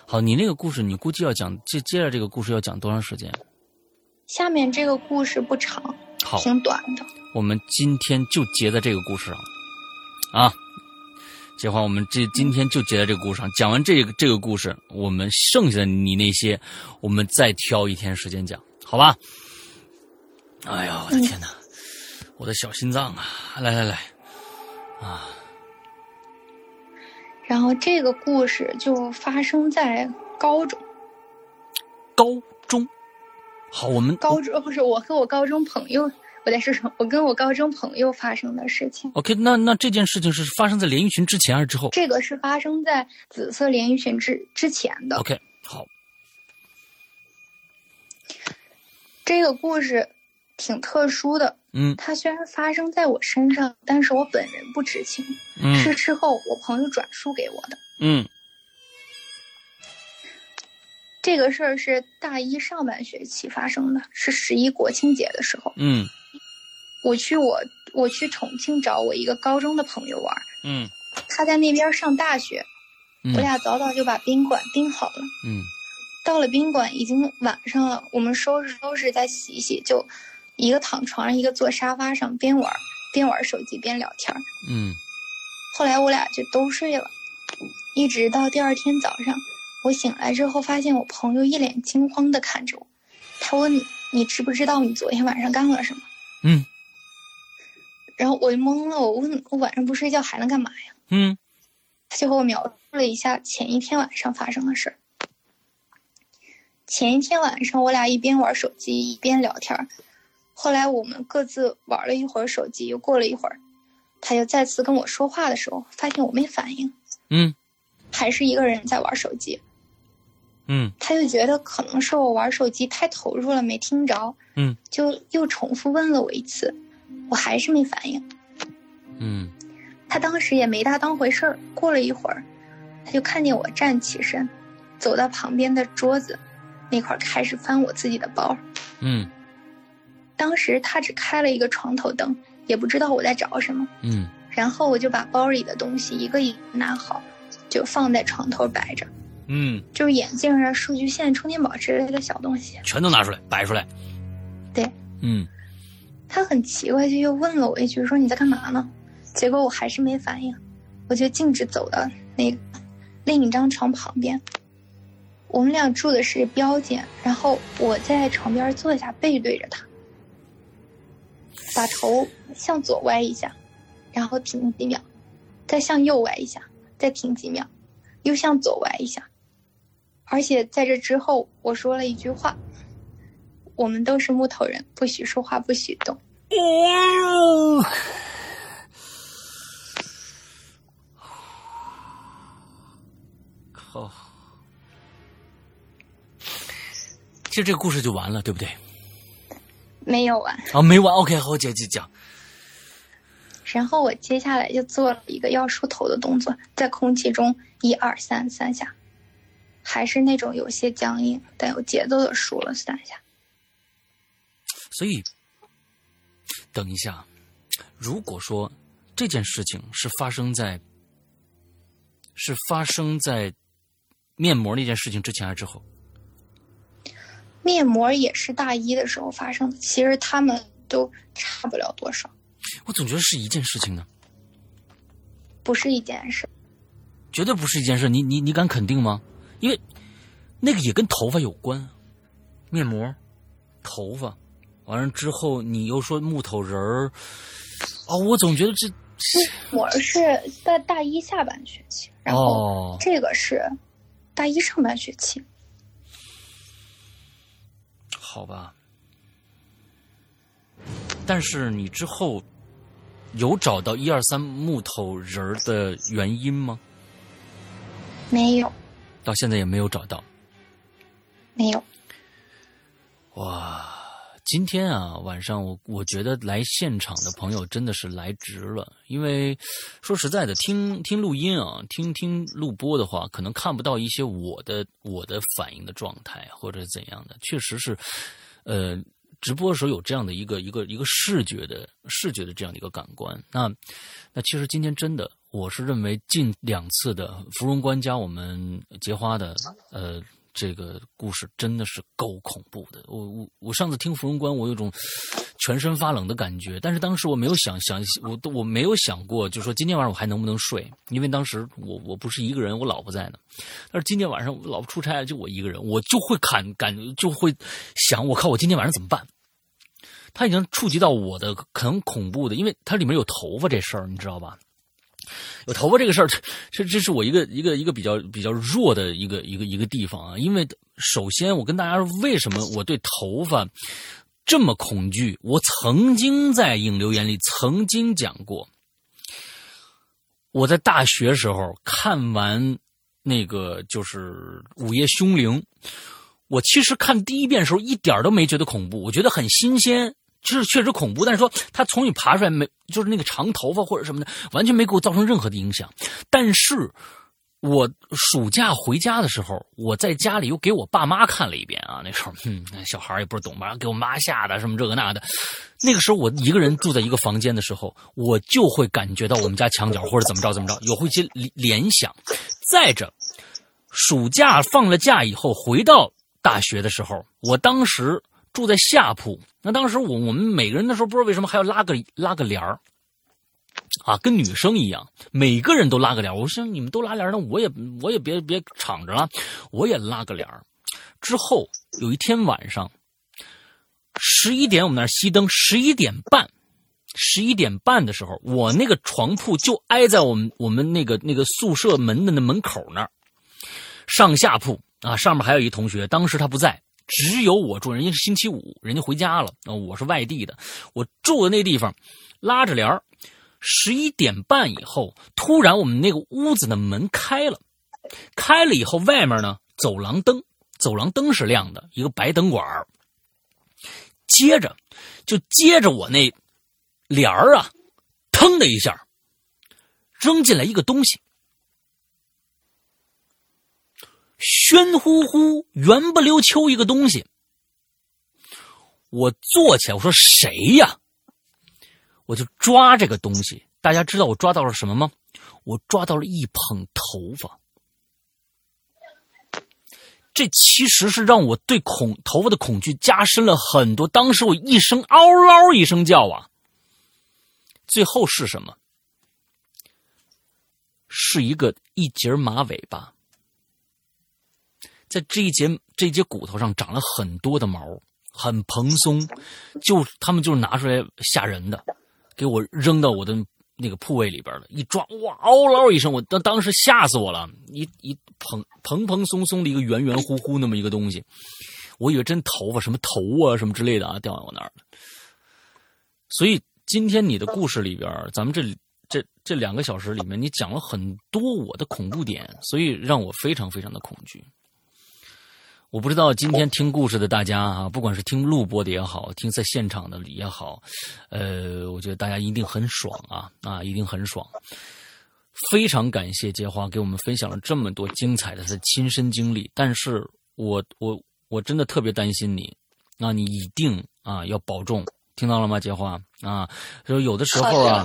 S2: 好，你那个故事，你估计要讲接接着这个故事要讲多长时间？
S3: 下面这个故事不长，
S2: 好，
S3: 挺短的。
S2: 我们今天就结在这个故事上，啊，这话我们这今天就结在这个故事上。讲完这个这个故事，我们剩下的你那些，我们再挑一天时间讲，好吧？哎呀，我的天哪，我的小心脏啊！来来来，啊，
S3: 然后这个故事就发生在高中，
S2: 高中，好，我们
S3: 高中哦不是我和我高中朋友，我在说什么？我跟我高中朋友发生的事情。
S2: OK，那那这件事情是发生在连衣裙之前还是之后
S3: 这个是发生在紫色连衣裙之之前的。
S2: ？OK，好，
S3: 这个故事挺特殊的，
S2: 嗯
S3: 它虽然发生在我身上，但是我本人不知情，
S2: 嗯
S3: 是之后我朋友转述给我的。
S2: 嗯
S3: 这个事儿是大一上半学期发生的，是十一国庆节的时候，
S2: 嗯
S3: 我去我我去重庆找我一个高中的朋友玩儿，
S2: 嗯
S3: 他在那边上大学，
S2: 嗯
S3: 我俩早早就把宾馆订好了。
S2: 嗯
S3: 到了宾馆已经晚上了，我们收拾收拾再洗一洗，就一个躺床上，一个坐沙发上，边玩儿边玩手机边聊天儿。
S2: 嗯
S3: 后来我俩就都睡了，一直到第二天早上，我醒来之后，发现我朋友一脸惊慌的看着我，他问你你知不知道你昨天晚上干了什么？
S2: 嗯
S3: 然后我就懵了，我问我晚上不睡觉还能干嘛呀？
S2: 嗯
S3: 他就和我描述了一下前一天晚上发生的事儿。前一天晚上，我俩一边玩手机一边聊天儿，后来我们各自玩了一会儿手机，又过了一会儿，他就再次跟我说话的时候，发现我没反应，
S2: 嗯
S3: 还是一个人在玩手机。
S2: 嗯
S3: 他就觉得可能是我玩手机太投入了，没听着，
S2: 嗯，
S3: 就又重复问了我一次，我还是没反应。
S2: 嗯
S3: 他当时也没大当回事儿。过了一会儿，他就看见我站起身，走到旁边的桌子那块儿开始翻我自己的包。
S2: 嗯
S3: 当时他只开了一个床头灯，也不知道我在找什么。
S2: 嗯
S3: 然后我就把包里的东西一个一个拿好，就放在床头摆着，
S2: 嗯，
S3: 就是眼镜啊、数据线、充电宝之类的小东西。
S2: 全都拿出来摆出来。
S3: 对，
S2: 嗯
S3: 他很奇怪，就又问了我一句，说你在干嘛呢？结果我还是没反应，我就径直走到那个另一张床旁边。我们俩住的是标间，然后我在床边坐下，背对着他，把头向左歪一下，然后停几秒，再向右歪一下，再停几秒，又向左歪一下。而且在这之后，我说了一句话：“我们都是木头人，不许说话，不许动。”
S2: 哦，靠！其实这个故事就完了，对不对？
S3: 没有完。
S2: 啊，没完。OK，好，姐姐讲。
S3: 然后我接下来就做了一个要梳头的动作，在空气中一二三三下，还是那种有些僵硬但有节奏的梳了三下。
S2: 所以，等一下，如果说这件事情是发生在是发生在面膜那件事情之前还是之后？
S3: 面膜也是大一的时候发生的，其实他们都差不了多少，
S2: 我总觉得是一件事情呢，
S3: 不是一件事。
S2: 绝对不是一件事。你你你敢肯定吗？因为那个也跟头发有关啊，面膜、头发，完了之后你又说木头人儿，哦，我总觉得这
S3: 我是在大一下半学期，然后
S2: 哦，
S3: 这个是大一上半学期。
S2: 好吧。但是你之后有找到一二三木头人儿的原因吗？
S3: 没有，
S2: 到现在也没有找到。
S3: 没有，
S2: 哇，今天啊晚上我我觉得来现场的朋友真的是来值了，因为说实在的，听听录音啊，听听录播的话，可能看不到一些我的我的反应的状态或者怎样的，确实是，呃。直播的时候有这样的一个一个一个视觉的视觉的这样的一个感官，那那其实今天真的，我是认为近两次的芙蓉关加我们结花的，呃，这个故事真的是够恐怖的。我我我上次听芙蓉关，我有种全身发冷的感觉，但是当时我没有想想，我都我没有想过，就说今天晚上我还能不能睡，因为当时我我不是一个人，我老婆在呢。但是今天晚上我老婆出差了，就我一个人，我就会感感就会想，我靠，我今天晚上怎么办？它已经触及到我的很恐怖的，因为它里面有头发这事儿，你知道吧？有头发这个事儿，这这是我一个一个一个比较比较弱的一个一个一个地方啊。因为首先，我跟大家说，为什么我对头发这么恐惧？我曾经在影留言里曾经讲过，我在大学时候看完那个就是《午夜凶铃》，我其实看第一遍的时候一点都没觉得恐怖，我觉得很新鲜。就是确实恐怖，但是说他从你爬出来没，就是那个长头发或者什么的，完全没给我造成任何的影响。但是，我暑假回家的时候，我在家里又给我爸妈看了一遍啊。那时候，嗯，小孩也不是懂吧，给我妈吓的什么这个那的。那个时候我一个人住在一个房间的时候，我就会感觉到我们家墙角或者怎么着怎么着，有会一些联想。再者，暑假放了假以后回到大学的时候，我当时。住在下铺，那当时我我们每个人那时候不知道为什么还要拉个拉个帘儿，啊，跟女生一样，每个人都拉个帘儿。我说你们都拉帘儿，那我也我也别别敞着了，我也拉个帘儿。之后有一天晚上，十一点我们那儿熄灯，十一点半，十一点半的时候，我那个床铺就挨在我们我们那个那个宿舍门的那门口那儿，上下铺啊，上面还有一同学，当时他不在。只有我住，人家是星期五，人家回家了。啊、呃，我是外地的，我住的那地方，拉着帘儿，十一点半以后，突然我们那个屋子的门开了，开了以后，外面呢走廊灯，走廊灯是亮的，一个白灯管儿。接着，就接着我那帘儿啊，腾的一下，扔进来一个东西。喧呼呼、圆不溜秋一个东西，我坐起来，我说谁呀？我就抓这个东西。大家知道我抓到了什么吗？我抓到了一捧头发。这其实是让我对恐头发的恐惧加深了很多。当时我一声嗷嗷一声叫啊！最后是什么？是一个一截马尾巴。在这一节这一节骨头上长了很多的毛，很蓬松，就他们就是拿出来吓人的，给我扔到我的那个铺位里边了。一抓，哇，嗷嗷一声，我当当时吓死我了！一一蓬蓬蓬松松的一个圆圆乎乎那么一个东西，我以为真头发什么头啊什么之类的啊掉到我那儿了。所以今天你的故事里边，咱们这里。这这两个小时里面，你讲了很多我的恐怖点，所以让我非常非常的恐惧。我不知道今天听故事的大家啊，不管是听录播的也好，听在现场的也好，呃，我觉得大家一定很爽啊啊，一定很爽！非常感谢杰花给我们分享了这么多精彩的他的亲身经历，但是我我我真的特别担心你，那、啊、你一定啊要保重，听到了吗，杰花啊？就有的时候啊，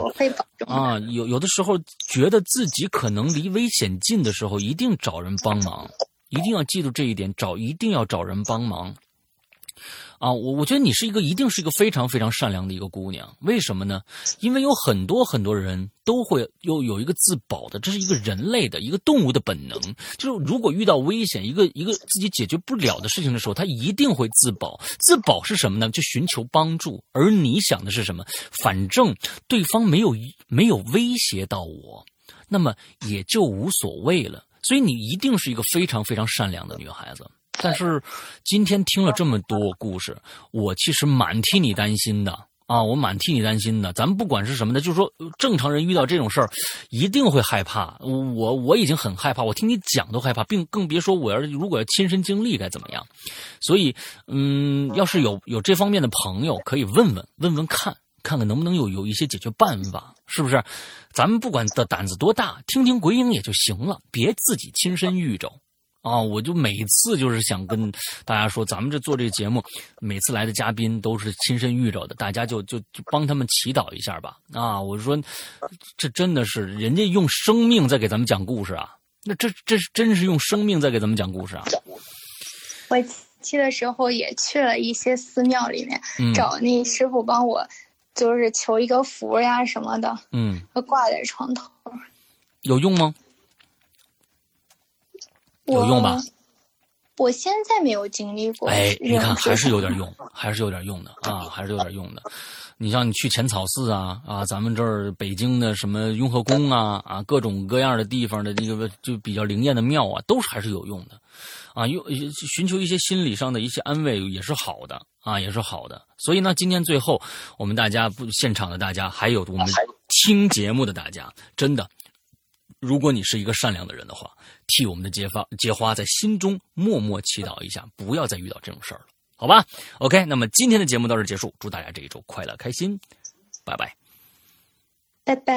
S2: 啊，有有的时候觉得自己可能离危险近的时候，一定找人帮忙。一定要记住这一点，找一定要找人帮忙，啊，我我觉得你是一个一定是一个非常非常善良的一个姑娘，为什么呢？因为有很多很多人都会有有一个自保的，这是一个人类的一个动物的本能，就是如果遇到危险，一个一个自己解决不了的事情的时候，他一定会自保。自保是什么呢？就寻求帮助。而你想的是什么？反正对方没有没有威胁到我，那么也就无所谓了。所以你一定是一个非常非常善良的女孩子，但是今天听了这么多故事，我其实蛮替你担心的啊，我蛮替你担心的。咱们不管是什么的，就是说正常人遇到这种事儿，一定会害怕。我我已经很害怕，我听你讲都害怕，并更别说我要是如果要亲身经历该怎么样。所以，嗯，要是有有这方面的朋友，可以问问问问看。看看能不能有有一些解决办法，是不是？咱们不管的胆子多大，听听鬼影也就行了，别自己亲身遇着啊！我就每次就是想跟大家说，咱们这做这个节目，每次来的嘉宾都是亲身遇着的，大家就就就帮他们祈祷一下吧！啊，我说，这真的是人家用生命在给咱们讲故事啊！那这这真是用生命在给咱们讲故事啊！
S3: 我去的时候也去了一些寺庙里面，
S2: 嗯
S3: 找那师傅帮我，就是求一个符呀什么的，
S2: 嗯，
S3: 挂在床头。
S2: 有用吗？有用吧
S3: 我？我现在没有经历过
S2: 哎，
S3: 这种事情，
S2: 你看还是有点用，还是有点用的啊，还是有点用的。你像你去浅草寺啊啊，咱们这儿北京的什么雍和宫啊啊，各种各样的地方的这个就比较灵验的庙啊，都是还是有用的啊，用寻求一些心理上的一些安慰也是好的啊，也是好的。所以呢，今天最后我们大家不现场的大家，啊还有我们听节目的大家，真的如果你是一个善良的人的话，替我们的结发结花在心中默默祈祷一下，不要再遇到这种事儿了，好吧？OK，那么今天的节目到这儿结束，祝大家这一周快乐开心，拜拜。
S3: 拜拜。